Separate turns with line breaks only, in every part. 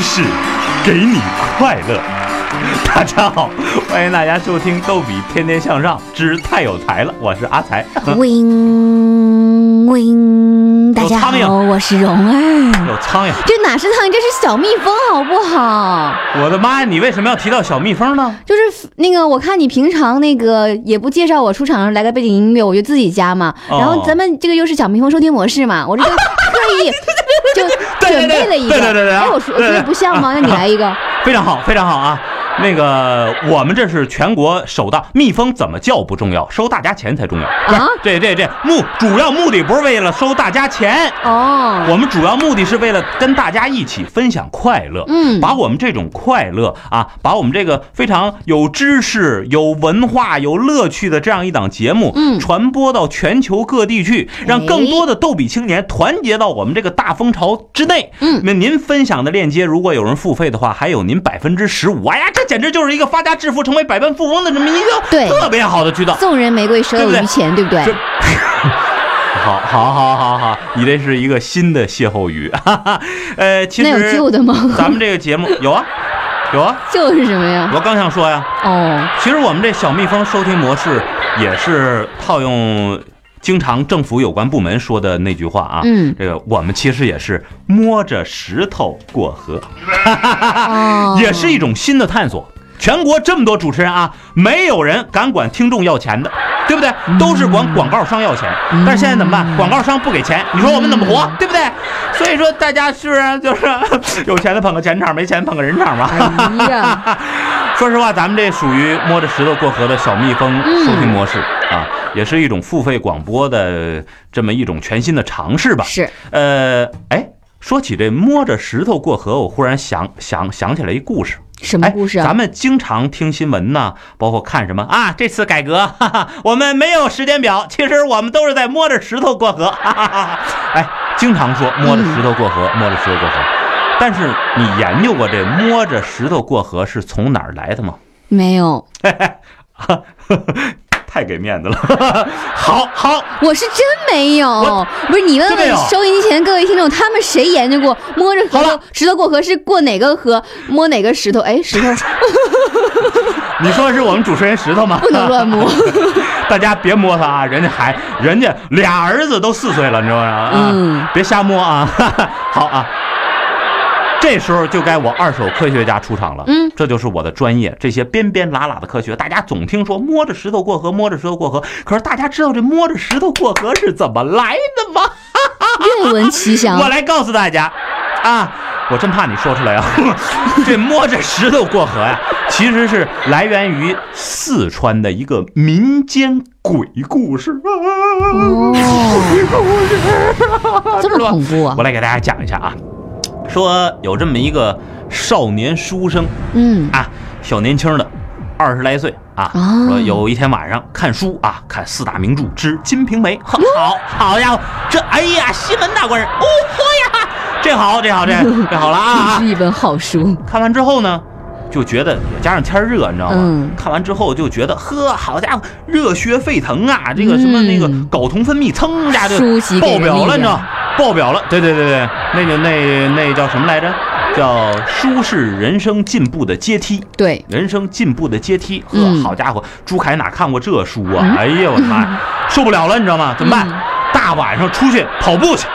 事，给你快乐。大家好，欢迎大家收听《逗比天天向上之太有才了》，我是阿才。
wing wing，大家
有苍
好，
蝇
我是蓉儿。
有苍蝇，
这哪是苍蝇，这是小蜜蜂，好不好？
我的妈呀！你为什么要提到小蜜蜂呢？
就是那个，我看你平常那个也不介绍我出场来个背景音乐，我就自己加嘛。
哦
然后咱们这个又是小蜜蜂收听模式嘛，我这就特 意就
对对对
准备了一个。
对对对对
哎，我说我
对
说
对
的不像吗？那你来一 个。
非常好，非常好啊！那个，我们这是全国首档，蜜蜂怎么叫不重要，收大家钱才重要。不是
啊
这这这目主要目的不是为了收大家钱，
哦，
我们主要目的是为了跟大家一起分享快乐，
嗯
把我们这种快乐啊，把我们这个非常有知识、有文化、有乐趣的这样一档节目，
嗯哎
传播到全球各地去，让更多的逗比青年团结到我们这个大风潮之内。
嗯
那您分享的链接，如果有人付费的话，还有您百分之十五。哎呀，这简直就是一个发家致富、成为百万富翁的这么一个
对
特别好的渠 道。
送人玫瑰，手有
对不对
余钱，对不对
这？好，好，好，好，好，你这是一个新的歇后语， 哈哈。呃，其
那有
实
旧的吗？
咱们这个节目有啊，有啊，
旧是什么呀？
我刚想说呀，
哦，
其实我们这小蜜蜂收听模式也是套用经常政府有关部门说的那句话啊，
嗯
这个我们其实也是摸着石头过河，
哦，
啊也是一种新的探索。全国这么多主持人啊，没有人敢管听众要钱的，对不对？
嗯
都是管广告商要钱。但是现在怎么办？广告商不给钱，你说我们怎么活，对不对？所以说大家是不是就是 有钱的捧个钱场，没钱捧个人场嘛？
哎呀。
说实话，咱们这属于摸着石头过河的小蜜蜂
嗯
收听模式、啊，也是一种付费广播的这么一种全新的尝试吧。
是，
呃，哎，说起这摸着石头过河，我忽然想想想起来一故事。
什么故事
哎？
啊？
咱们经常听新闻呐，包括看什么啊？这次改革， 哈哈，我们没有时间表，其实我们都是在摸着石头过河。 哈哈哈。哎，经常说摸着石头过河，
嗯
摸着石头过河。但是你研究过这摸着石头过河是从哪儿来的吗？
没有，
太给面子了，好好，
我是真没有
我。
不是你问
真没有
问收音机前各位听众，他们谁研究过摸着
好
石头
了
石头过河是过哪个河，摸哪个石头？哎，石头
你说是我们主持人石头吗？
不能 乱摸。
大家别摸他啊，人家还人家俩儿子都四岁了，你知道吗？啊
嗯，
别瞎摸啊！ 好啊，这时候就该我二手科学家出场了。
嗯，
这就是我的专业，这些边边拉拉的科学，大家总听说摸着石头过河，摸着石头过河，可是大家知道这摸着石头过河是怎么来的吗？
愿闻其
我
详。
来告诉大家，啊，我真怕你说出来啊。 这摸着石头过河呀、其实是来源于四川的一个民间鬼故事啊。
哦，这
是吧
么恐怖啊
我！来给大家讲一下啊，说有这么一个少年书生
嗯，
啊，小年轻的，二十来岁啊，
哦
说有一天晚上看书啊，看四大名著之《金瓶梅》，呵好好家伙，这哎呀，西门大官人，哦豁呀，这好这好 这这好了啊啊
真是一本好书。
看完之后呢，就觉得也加上天儿热，你知道吗？
嗯
看完之后就觉得，呵，好家伙，热血沸腾啊！这个什么
嗯
那个睾酮分泌，噌一下就
舒淇给
爆
人
表
力啊
了，
量
你知道吗？爆表了，对对对对，那个那那叫什么来着？叫舒适人生进步的阶梯。
对，
人生进步的阶梯。呵，
嗯
好家伙，朱凯哪看过这书啊？哎呀，我的妈 呀，受不了了，你知道吗？怎么办？
嗯
大晚上出去跑步去。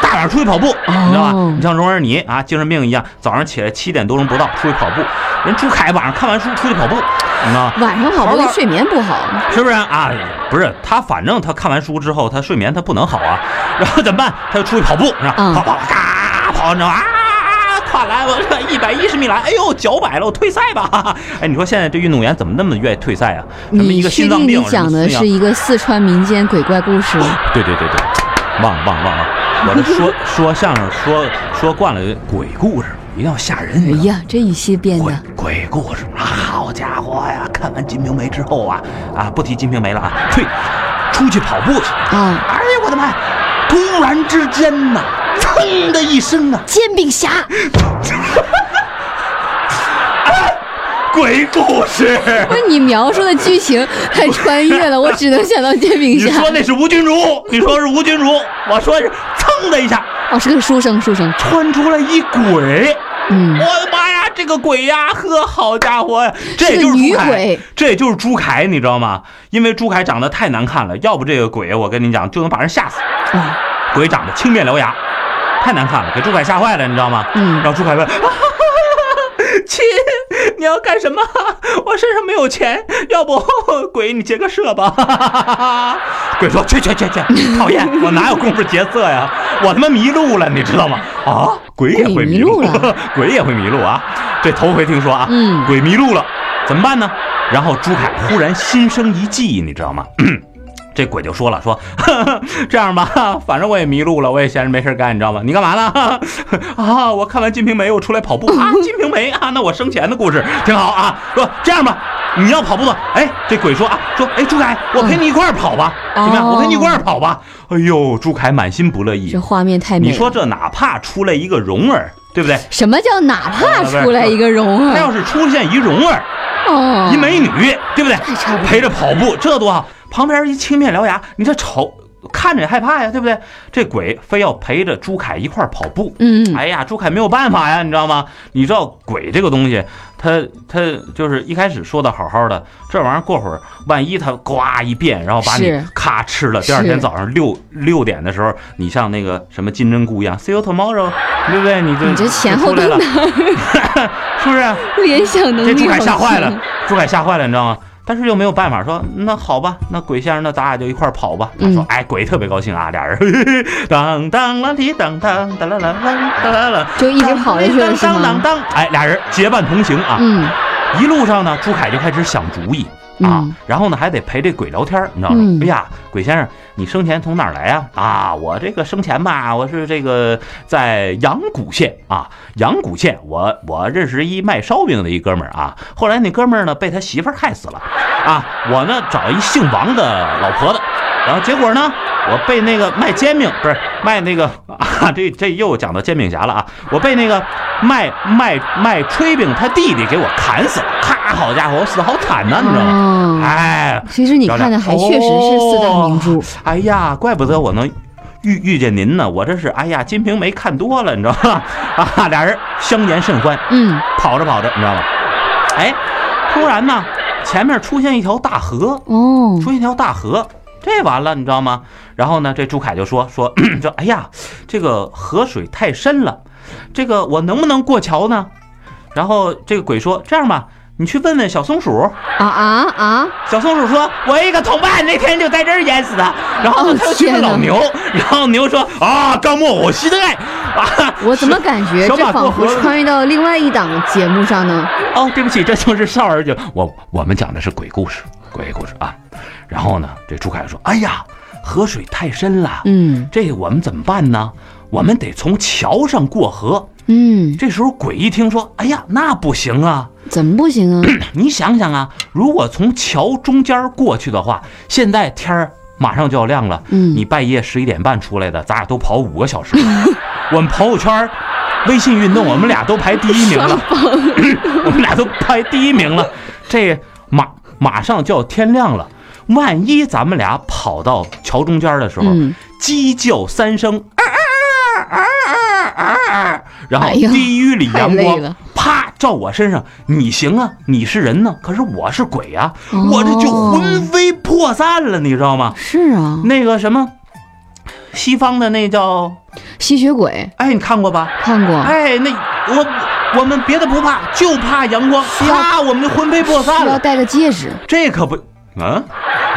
大晚上出去跑步，你知道吧
哦？
你像蓉儿你啊，精神病一样，早上起来七点多钟不到出去跑步。人朱凯晚上看完书出去跑步，你知道吗？
晚上跑
好
步
吧
对睡眠不好。
是不是啊？不是他，反正他看完书之后，他睡眠他不能好啊，然后怎么办？他就出去跑步，是吧？
嗯
跑跑嘎跑，你知道吗？啊，跨栏我这一百一十米栏，哎呦，脚崴了，我退赛吧！哈哈哎，你说现在这运动员怎么那么愿意退赛啊？什么一
你
个
确
心脏
定
病
你，讲的
什么
是
心
一个四川民间鬼怪故事？
脏对对对对，忘了忘了忘了，我这说 说相声说说惯了鬼故事，一定要吓人。
哎呀，这一系编
鬼
的，
鬼故事啊！好家伙呀，看完《金瓶梅》之后啊啊，不提《金瓶梅》了啊，退出去跑步去。
啊，
哎呀，我的妈！呀！突然之间呐、噌的一声啊，
煎饼侠。
鬼故事。
不是你描述的剧情太穿越了，我只能想到煎饼
你
侠。
说那是吴君如，你说是吴君如，我说是噌的一下
哦，是个书生，书生。
窜出来一鬼，
嗯，
我的妈呀，这个鬼呀，呵，好家伙呀，这也
是
就
个
是
女
朱凯，
鬼，
这也就是朱凯，你知道吗？因为朱凯长得太难看了，要不这个鬼，我跟你讲，就能把人吓死。
啊，
鬼长得青面獠牙，太难看了，给朱凯吓坏了，你知道吗？
嗯
然后朱凯问：“啊亲，你要干什么？我身上没有钱，要不鬼你劫个色吧？”鬼说：“去去去去，讨厌，我哪有功夫劫色呀？我他妈迷路了，你知道吗？啊，鬼也会迷
鬼迷路了
鬼也会迷路啊！这头回听说啊，
嗯
鬼迷路了，怎么办呢？”然后朱凯忽然心生一计，你知道吗？这鬼就说了，说 呵呵这样吧，反正我也迷路了，我也闲着没事干，你知道吗？你干嘛呢？ 呵呵啊，我看完《金瓶梅》，我出来跑步啊，《金瓶梅》啊，那我生前的故事挺好啊。说这样吧，你要跑步的，哎，这鬼说啊，说哎，朱凯，我陪你一块儿跑吧，
嗯
怎么样？
哦
我陪你一块儿跑吧。哎呦，朱凯满心不乐意
这，画面太美了。
你说这哪怕出来一个蓉儿，对不对？
什么叫哪怕出来一个蓉
他
儿？
要是出现一蓉儿，
哦，
一美女，对不对
太差不？多
陪着跑步，这多好！旁边一青面獠牙，你这瞅看着也害怕呀，对不对？这鬼非要陪着朱凯一块儿跑步。
嗯，
哎呀，朱凯没有办法呀，你知道吗？你知道鬼这个东西，他他就是一开始说的好好的，这玩意儿过会儿万一他呱一变，然后把你
是
咔吃了，第二天
是
早上六六点的时候，你像那个什么金针菇一样，see you tomorrow，对不对？你就
你这前后
就哎出来
都
了，
能
是不是？啊
联想能
这
力，
朱凯吓坏了，，朱凯吓坏了，你知道吗？但是又没有办法，说那好吧，那鬼先生，那咱俩就一块儿跑吧。他说
嗯：“
哎，鬼特别高兴啊，俩人当当啷滴当当当啷啷啷当啷啷，
就一直跑下去了是
当当
吗？
当，哎，俩人结伴同行啊。
嗯
一路上呢，朱凯就开始想主意啊
嗯，
然后呢还得陪这鬼聊天儿，你知道吗？
嗯
哎呀，鬼先生，你生前从哪儿来啊？啊，我这个生前吧，我是这个在阳谷县啊，阳谷县，我我认识一卖烧饼的一哥们儿啊，后来那哥们儿呢被他媳妇儿害死了啊，我呢找一姓王的老婆子，然后结果呢，我被那个卖煎饼不是卖那个 啊，这这又讲到煎饼侠了啊！我被那个卖卖卖炊饼他弟弟给我砍死了，咔！好家伙，我死得好惨呐、你知道吗？
哦，
哎，
其实你看的还确实是四大名著，
哎呀，怪不得我能遇遇见您呢，我这是哎呀，《金瓶梅》看多了，你知道吗？ 啊，俩人相见甚欢，
嗯，
跑着跑着，你知道吗？哎，突然呢，前面出现一条大河，
哦，
出现一条大河，这完了，你知道吗？然后呢，这朱凯就说说 说，哎呀，这个河水太深了，这个我能不能过桥呢？然后这个鬼说，这样吧，你去问问小松鼠。
啊啊啊，
小松鼠说，我有一个同伴那天就在这儿淹死的。然后呢
哦
他又去问
天哪
老牛，然后牛说啊，张默我心爱啊，
我怎么感觉
小
这
马过
仿佛
河了
穿越到另外一档节目上呢？
哦，对不起，这就是少儿节目。我我们讲的是鬼故事，鬼故事啊。然后呢，这朱凯说：“哎呀，河水太深了，
嗯
这个我们怎么办呢？我们得从桥上过河。”
嗯，
这时候鬼一听说：“哎呀，那不行啊！
怎么不 行啊？
你想想啊，如果从桥中间过去的话，现在天儿马上就要亮了，
嗯
你半夜十一点半出来的，咱俩都跑五个小时了。 我们朋友圈、微信运动，我们俩都排第一名 了，我们俩都排第一名了。这马马上就要天亮了，万一咱们俩跑到桥中间的时候，
嗯
鸡叫三声，啊啊啊啊啊啊！然后
哎呀
低于里阳
太累
光
了，
啪照我身上，你行啊，你是人呢，可是我是鬼啊，
哦
我这就魂飞魄散了，你知道吗？
是啊，
那个什么，西方的那叫，
吸血鬼
哎，你看过吧？
看过，
哎，那我我们别的不怕，就怕阳光，
要
啪，我们就魂飞魄
需
散
要
了。
戴个戒指。
这可不，嗯。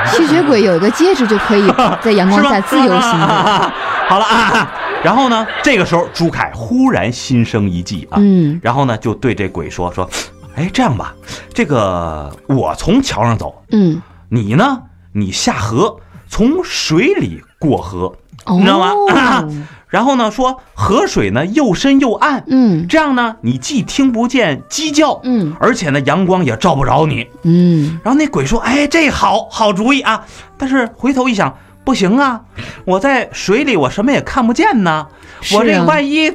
吸血鬼有一个戒指就 可以啊在阳光
是吧？
下自由行走。
好了啊，然后呢，这个时候朱凯忽然心生一计啊，
嗯
然后呢就对这鬼说说，哎，这样吧，这个我从桥上走，
嗯，
你呢，你下河，从水里过河，
哦，
你知道吗然后呢说河水呢又深又暗，
嗯
这样呢你既听不见鸡叫，
嗯
而且呢阳光也照不着你。
嗯，
然后那鬼说：“哎，这好好主意啊！”但是回头一想，不行啊，我在水里我什么也看不见呢，
是啊
我这万一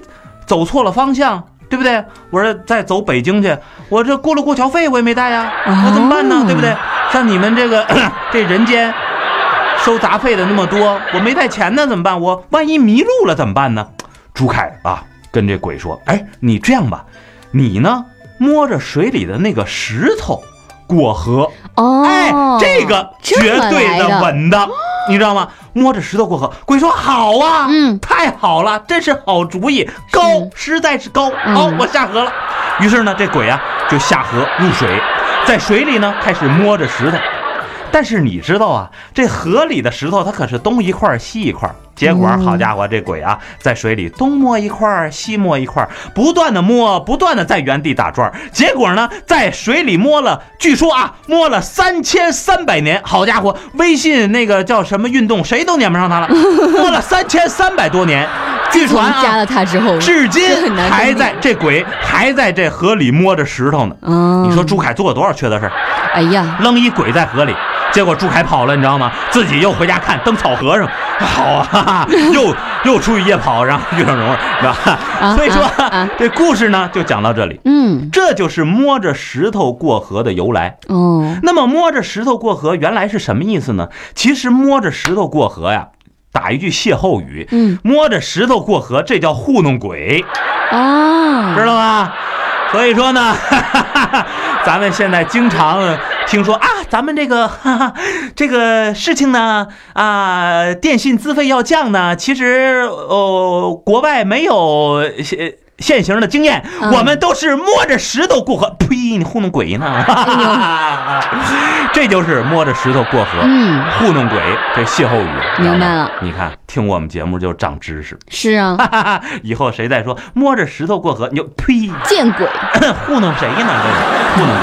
走错了方向，对不对？我这再走北京去，我这过路过桥费我也没带呀、
哦
我怎么办呢？对不对？像你们这个 这人间收杂费的那么多，我没带钱呢，怎么办？我万一迷路了怎么办呢？朱凯啊，跟这鬼说：“哎，你这样吧，你呢摸着水里的那个石头过河，
哦，
哎，这个绝
这么
对
来
的
的
稳的，你知道吗？摸着石头过河。”鬼说：“好啊，
嗯
太好了，真是好主意，高，实在是高。
嗯
好，我下河了。于是呢，这鬼啊就下河入水，在水里呢开始摸着石头。但是你知道啊，这河里的石头它可是东一块儿西一块儿。结果
嗯
好家伙，这鬼啊在水里东摸一块儿西摸一块儿，不断的摸，不断的在原地打转儿。结果呢，在水里摸了，据说啊摸了三千三百年。好家伙，微信那个叫什么运动，谁都撵不上 他了，摸了三千三百多年。据
自从
传
加
啊，
了他之后，
至今
这很难
还
分辨
在这鬼还在这河里摸着石头呢。
嗯，
你说朱凯做了多少缺德事儿？
哎呀，
扔一鬼在河里，结果朱凯跑了，你知道吗？自己又回家看灯草和尚，好啊， 哈哈又又出去夜跑，然后遇上蓉儿，是吧？
啊
所以说、
啊啊
这故事呢就讲到这里，
嗯，
这就是摸着石头过河的由来。
哦，
那么摸着石头过河原来是什么意思呢？其实摸着石头过河呀，打一句歇后语。
嗯
摸着石头过河，这叫糊弄鬼，
啊，
知道吗？所以说呢， 咱们现在经常听说啊，咱们这个 哈哈这个事情呢，啊，电信资费要降呢，其实哦，国外没有现现行的经验，
嗯
我们都是摸着石头过河。呸，你糊弄鬼呢！
哎
这就是摸着石头过河。
嗯，
糊弄鬼，这歇后语，
明白了。
你看，听我们节目就长知识，
是啊，
哈哈， 以后谁再说摸着石头过河，你就呸，
见鬼，
糊弄谁呢？这是糊弄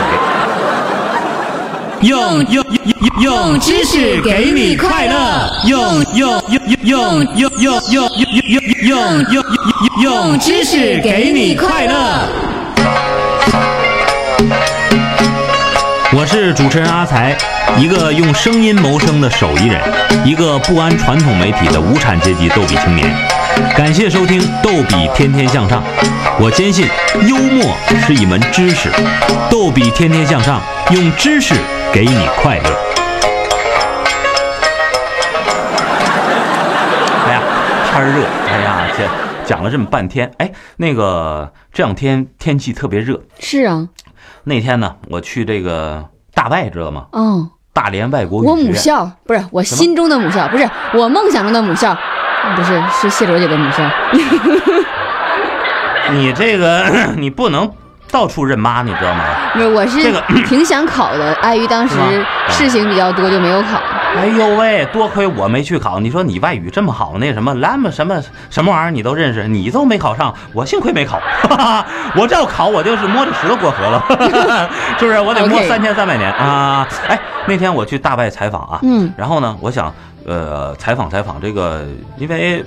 鬼。用用用
用知识给你快乐
用用用用用用用用用用用
用知识给你快乐。
我是主持人阿才，一个用声音谋生的手艺人，一个不安传统媒体的无产阶级逗比青年。感谢收听《逗比天天向上》，我坚信幽默是一门知识，逗比天天向上，用知识给你快乐。哎呀，天儿热，哎呀，这讲了这么半天，哎，那个这两天天气特别热，
是啊，
那天呢，我去这个大外，知道吗？
哦，
大连外国语
我
学
母
院
校不是我
什么
心中的母校，不是我梦想中的母校，不是是谢卓姐的母校。
你这个你不能到处认妈，你知道吗？
不是，我是
这 个嗯
挺想考的，碍于当时
是吗嗯
事情比较多就没有考。
哎呦喂，多亏我没去考。你说你外语这么好，那什么拉么什么什么玩意儿你都认识，你都没考上，我幸亏没考。 我这要考，我就是摸着石头过河了， 是不是？我得摸
OK
三千三百年啊！哎，那天我去大外采访啊，
嗯
然后呢，我想呃采访采访这个，因为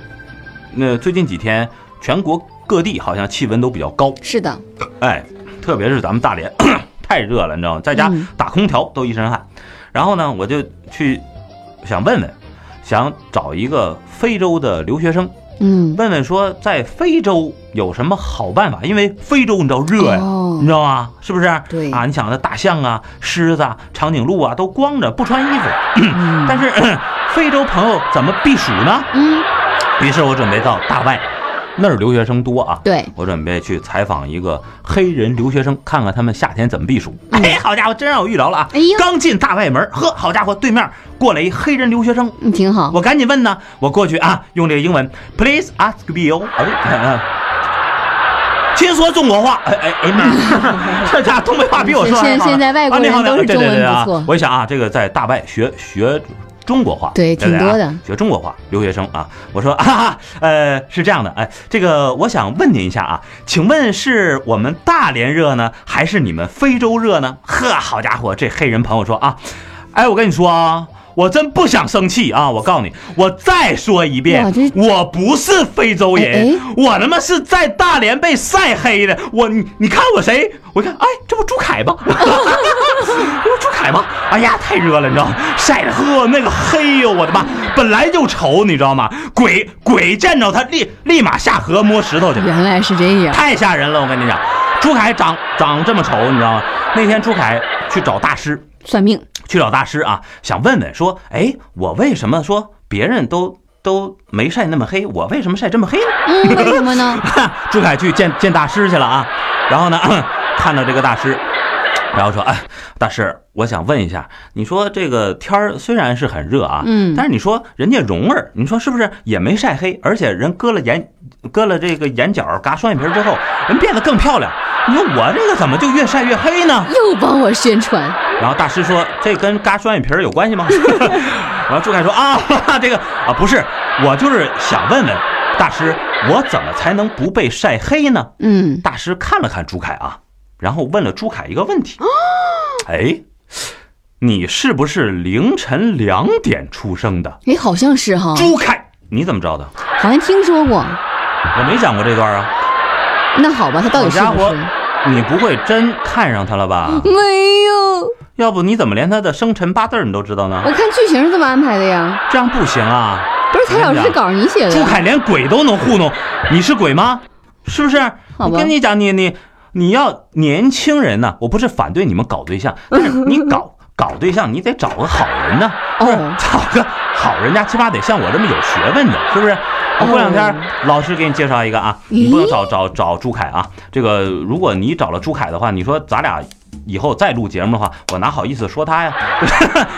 那、最近几天全国各地好像气温都比较高，
是的，
哎，特别是咱们大连 太热了，你知道吗？在家
嗯
打空调都一身汗。然后呢，我就去想问问，想找一个非洲的留学生，
嗯，
问问说在非洲有什么好办法？因为非洲你知道热呀。
哦
你知道吗？是不是？
对
啊，你想那大象啊、狮子啊、长颈鹿啊都光着不穿衣服，
嗯
但是 非洲朋友怎么避暑呢？
嗯，
于是我准备到大外，那儿留学生多啊，
对，
我准备去采访一个黑人留学生，看看他们夏天怎么避暑。
嗯
哎，好家伙，真让我遇着了啊！
哎呦
刚进大外门，呵，好家伙，对面过来一黑人留学生，
嗯挺好。
我赶紧问呢，我过去啊，用这个英文，Please ask me 哦，哎，哎哎 先说中国话，哎哎哎妈， 这家东北话比我说的还
现
好呢
现在外国
啊你
人
好你好
都是
对
中
对对
文
啊
不错
我一想啊，这个在大外学学中国话，
对
不
挺多
啊
的
学中国话留学生啊。我说啊 哈，呃，是这样的，哎，这个我想问您一下啊，请问是我们大连热呢，还是你们非洲热呢？呵，好家伙，这黑人朋友说啊，哎，我跟你说啊。我真不想生气啊！我告诉你，我再说一遍
哇这，
我不是非洲人，
哎哎
我他妈是在大连被晒黑的。我你你看我谁？我一看，哎，这不朱凯 吗？我朱凯吗？哎呀，太热了，你知道吗？晒得呵，那个黑哟、我的妈！本来就丑，你知道吗？鬼鬼见着他立立马下河摸石头去，
原来是这样，
太吓人了！我跟你讲，朱凯长长这么丑，你知道吗？那天朱凯去找大师，
算命。
去找大师啊，想问问说，哎，我为什么说别人都都没晒那么黑，我为什么晒这么黑呢？
嗯，为什 么呢？
朱凯去见见大师去了啊，然后呢， 看到这个大师，然后说：“哎，大师，我想问一下，你说这个天儿虽然是很热啊，
嗯
但是你说人家蓉儿，你说是不是也没晒黑？而且人割了眼，割了这个眼角，嘎双眼皮儿之后，人变得更漂亮。你说我这个怎么就越晒越黑呢？”
又帮我宣传，
然后大师说：“这跟嘎双眼皮儿有关系吗？” 然后朱凯说：“啊， 这个啊不是，我就是想问问大师，我怎么才能不被晒黑呢
嗯？”，
大师看了看朱凯啊，然后问了朱凯一个问
哦
题：“哎，你是不是凌晨两点出生的
哎，好像是哈？”，
朱凯，你怎么知道的？
好像听说过。
我没讲过这段啊。
那好吧，他到底是嗯
好家
不
伙
是？，
你不会真看上他了吧？
没有，
要不你怎么连他的生辰八字儿你都知道呢
我？看剧情是这么安排的呀。
这样不行啊！
不是蔡老师这稿你写的
朱
呀，
凯连鬼都能糊弄，你是鬼吗？是不是？
吧
我跟你讲，你你你要年轻人呢、我不是反对你们搞对象，但是你 搞搞对象，你得找个好人呢、不
哦
是找个好人家，起码得像我这么有学问的，是不是？我过两天
哦
老师给你介绍一个啊，你不能找找找朱凯啊。这个如果你找了朱凯的话，你说咱俩以后再录节目的话，我哪好意思说他呀？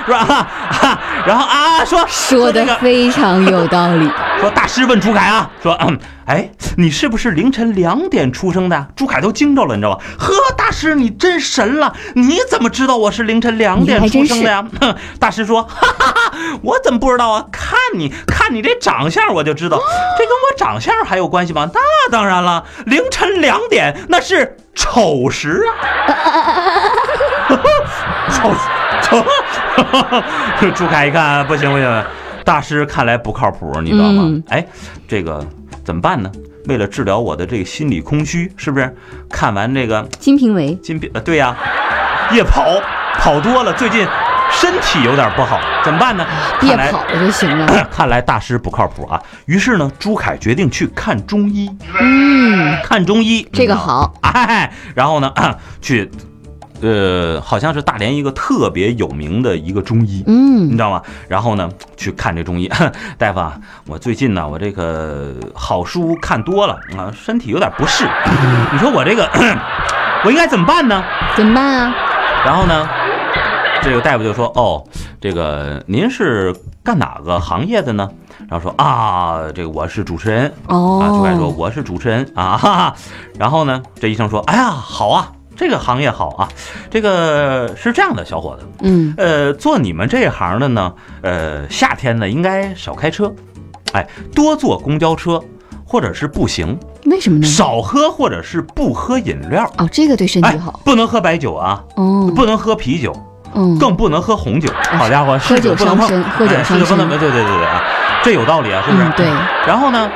是吧？ 啊啊然后啊，说
说
这
的
个
非常有道理。
说大师问朱凯啊，说，嗯哎，你是不是凌晨两点出生的啊？朱凯都惊着了，你知道吧？呵，大师你真神了，你怎么知道我是凌晨两点出生的呀？ 哼大师说，哈哈哈，我怎么不知道啊？看你看你这长相，我就知道，这跟我长相还有关系吗？那 当然了，凌晨两点那是丑时啊， 丑丑。 朱凯一看，不行不行，大师看来不靠谱，你知道吗
嗯？
哎，这个怎么办呢？为了治疗我的这个心理空虚，是不是？看完这个
金瓶梅，
金瓶，呃对呀、夜跑跑多了，最近身体有点不好，怎么办呢？
别
看来
跑了就行了。
看来 大师不靠谱啊。于是呢，朱凯决定去看中医，
嗯，
看中医
这个好。
哎，然后呢， 去，呃，好像是大连一个特别有名的一个中医，你
嗯
知道吗？然后呢，去看这中医 大夫啊，我最近呢，我这个好书看多了啊，身体有点不适。你说我这个， 我应该怎么办呢？
怎么办啊？
然后呢，这个大夫就说：“哦，这个您是干哪个行业的呢？”然后说：“啊，这个我是主持人。”啊，朱凯说：“
哦，
我是主持人啊。”哈哈。然后呢，这医生说：“哎呀，好啊，这个行业好啊，这个是这样的，小伙子。”
嗯，
呃，做你们这一行的呢，呃，夏天呢应该少开车，哎，多坐公交车，或者是步行，
为什么呢？
少喝或者是不喝饮料，
哦，这个对身体
哎
好，。
不能喝白酒啊，
哦，
不能喝啤酒，
嗯，
更不能喝红酒。好家伙，
喝
是
酒
不能
伤
碰
身喝酒
哎
伤
是不能
身
对对对对对啊，这有道理啊，是不是？
嗯，对，
然后呢，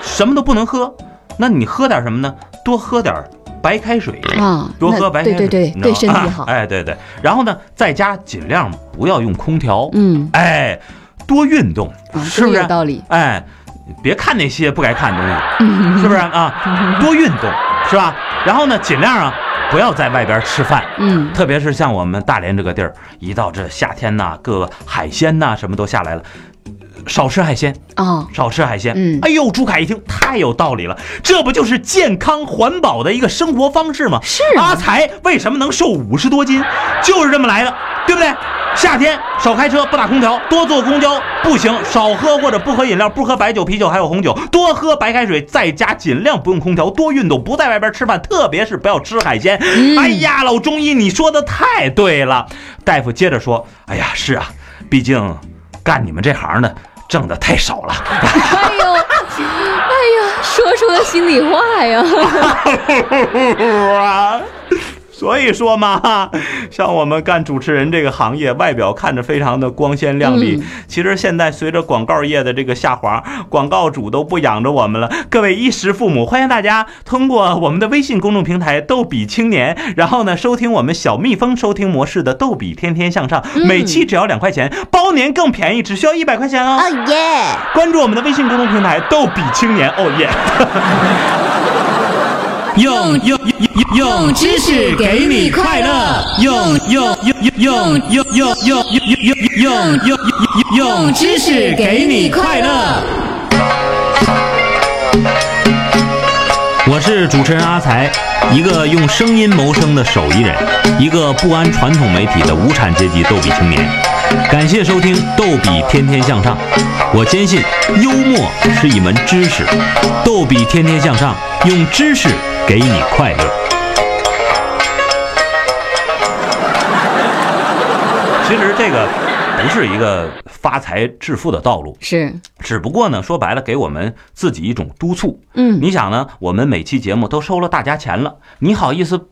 什么都不能喝，那你喝点什么呢？多喝点白开水。
啊，
多喝
那
白开
对
水，
对对
你知道
对
吗
身体好。
哎，对对，然后呢，在家尽量不要用空调，
嗯，
哎，多运动，
啊，
是不
这个
是
有？道理？
哎，别看那些不该看的东西，
嗯
是不是啊？多运动，是吧？然后呢，尽量啊，不要在外边吃饭。
嗯，
特别是像我们大连这个地儿，一到这夏天呐、各个海鲜呐、什么都下来了，少吃海鲜，
哦，
少吃海鲜。
嗯
哎呦，朱凯一听太有道理了，这不就是健康环保的一个生活方式吗？
是
阿
啊，
才为什么能瘦五十多斤，就是这么来的，对不对？夏天少开车，不打空调，多坐公交，步行，少喝或者不喝饮料，不喝白酒、啤酒还有红酒，多喝白开水，在家尽量不用空调，多运动，不在外边吃饭，特别是不要吃海鲜。
嗯
哎呀，老中医，你说的太对了。大夫接着说，哎呀，是啊，毕竟干你们这行的挣的太少了。
哎呦，哎呀，说出了心里话呀。
啊。所以说嘛，像我们干主持人这个行业，外表看着非常的光鲜亮丽，
嗯
其实现在随着广告业的这个下滑，广告主都不养着我们了。各位衣食父母，欢迎大家通过我们的微信公众平台“逗比青年”，然后呢收听我们小蜜蜂收听模式的“逗比天天向上”，每期只要两块钱，包年更便宜，只需要一百块钱 哦。
耶！
关注我们的微信公众平台“逗比青年”，哦耶！
用用用用知识给你快乐，用用用用用用用用用用用用知识给你快乐。
我是主持人阿才，一个用声音谋生的手艺人，一个不安传统媒体的无产阶级逗比青年。感谢收听《逗比天天向上》，我坚信幽默是一门知识，《逗比天天向上》用知识给你快乐。其实这个不是一个发财致富的道路，
是，
只不过呢，说白了，给我们自己一种督促。
嗯
你想呢？我们每期节目都收了大家钱了，你好意思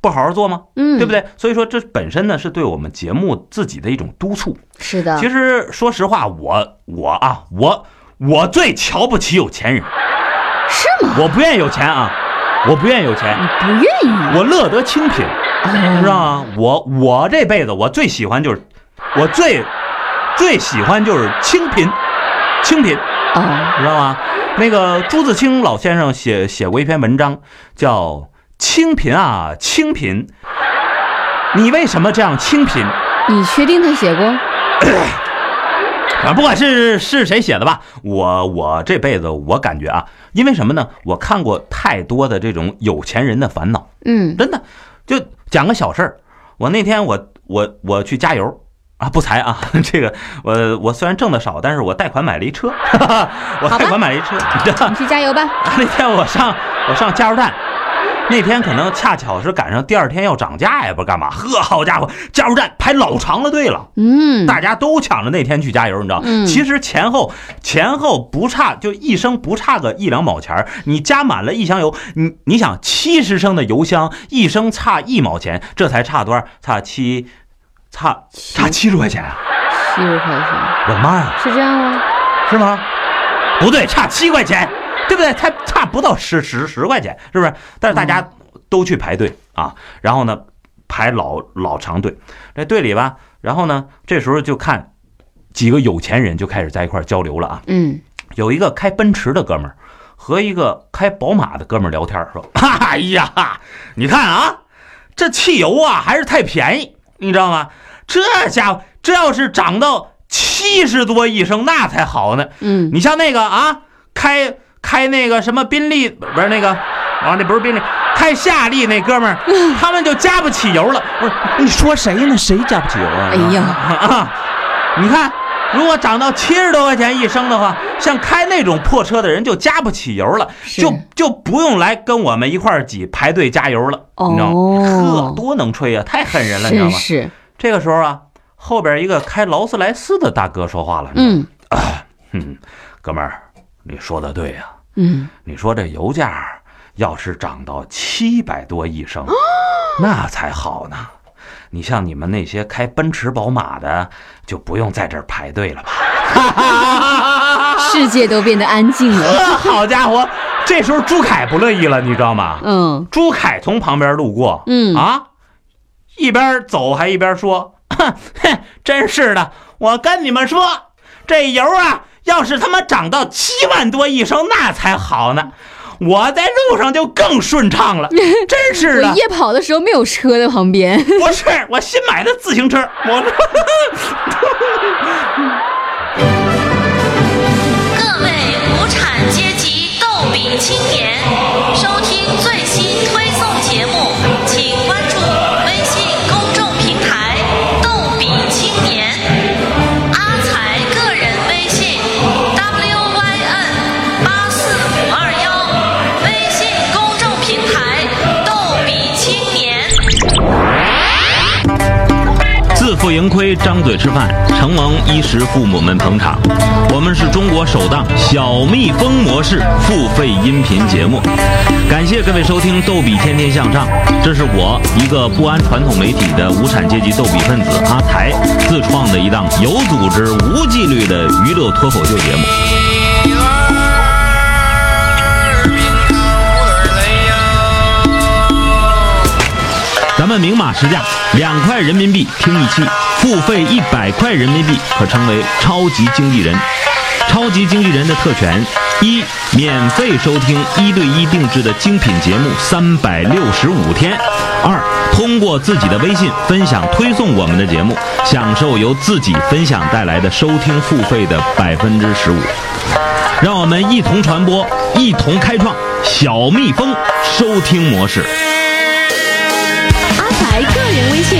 不好好做吗？
嗯，
对不？对？所以说，这本身呢是对我们节目自己的一种督促。
是的，
其实说实话，我我啊，我我最瞧不起有钱人，
是吗？
我不愿意有钱啊，我不愿意有钱，
不愿意，
我乐得清贫，
哦
知道吗？我我这辈子我最喜欢就是，我最最喜欢就是清贫，清贫。
哦，
你知道吗？那个朱自清老先生写写过一篇文章，叫《清贫啊清贫》，你为什么这样清贫？啊
你确定他写过？
啊，不管是是谁写的吧，我我这辈子我感觉啊，因为什么呢？我看过太多的这种有钱人的烦恼，
嗯
真的。就讲个小事儿，我那天我我我去加油啊，不才啊， 这个我我虽然挣的少，但是我贷款买了一车， 哈哈，我贷款买了一车， 你知道
你去加油吧。
那天我上我上加油站，那天可能恰巧是赶上第二天要涨价呀，不知道干嘛。呵，好家伙，加油站排老长的队了，
嗯，
大家都抢着那天去加油，你知道？
嗯
其实前后前后不差，就一升不差个一两毛钱儿你加满了一箱油，你你想七十升的油箱，一升差一毛钱，这才差多少？差七，差差
七
七十块钱啊！
七十块钱，
我的妈呀！
是这样吗？
是吗？不对，差七块钱，对不对？才差不到十十十块钱，是不是？但是大家都去排队啊，然后呢，排老老长队，这队里吧，然后呢，这时候就看几个有钱人就开始在一块儿交流了啊。
嗯，
有一个开奔驰的哥们儿和一个开宝马的哥们儿聊天儿，说：“ 哎呀，你看啊，这汽油啊还是太便宜，你知道吗？这家伙这要是涨到七十多一升，那才好呢。”
嗯，
你像那个啊，开开那个什么宾利，不是那个啊，那不是宾利，开夏利那哥们儿，他们就加不起油了。不是，你说谁呢？谁加不起油啊？
哎呀，
啊，你看，如果涨到七十多块钱一升的话，像开那种破车的人就加不起油了，
是
就就不用来跟我们一块儿挤排队加油了，你知道吗？呵，
哦，
多能吹啊，太狠人了，你知道
真
吗？
是，
这个时候啊，后边一个开劳斯莱斯的大哥说话了，你知道吗
嗯
嗯，哥们儿，你说的对啊呀、
嗯，
你说这油价要是涨到七百多一升，那才好呢。你像你们那些开奔驰、宝马的，就不用在这儿排队了吧？
世界都变得安静了。
好家伙，这时候朱凯不乐意了，你知道吗？
嗯
朱凯从旁边路过，
嗯
啊，一边走还一边说：“哼，真是的，我跟你们说，这油啊，要是他妈涨到七万多一升，那才好呢。”我在路上就更顺畅 了，真是
我
的。
夜跑的时候没有车在旁边，
不是我新买的自行车，我
各位无产阶级逗比青年，收听最新推送节目，请关注微信公众平台“逗比青年”，阿才个人微信 WYN 八四五二幺，微信公众平台“逗比青年”。
自负盈亏，张嘴吃饭。承蒙衣食父母们捧场，我们是中国首档小蜜蜂模式付费音频节目。感谢各位收听《逗比天天向上》，这是我一个不安传统媒体的无产阶级逗比分子阿才自创的一档有组织、无纪律的娱乐脱口秀节目。咱们明码实价，两块人民币听一期，付费一百块人民币可称为超级经纪人。超级经纪人的特权一、免费收听一对一定制的精品节目三百六十五天；二、通过自己的微信分享推送我们的节目，享受由自己分享带来的收听付费的百分之十五。让我们一同传播，一同开创小蜜蜂收听模式。
阿才个人微信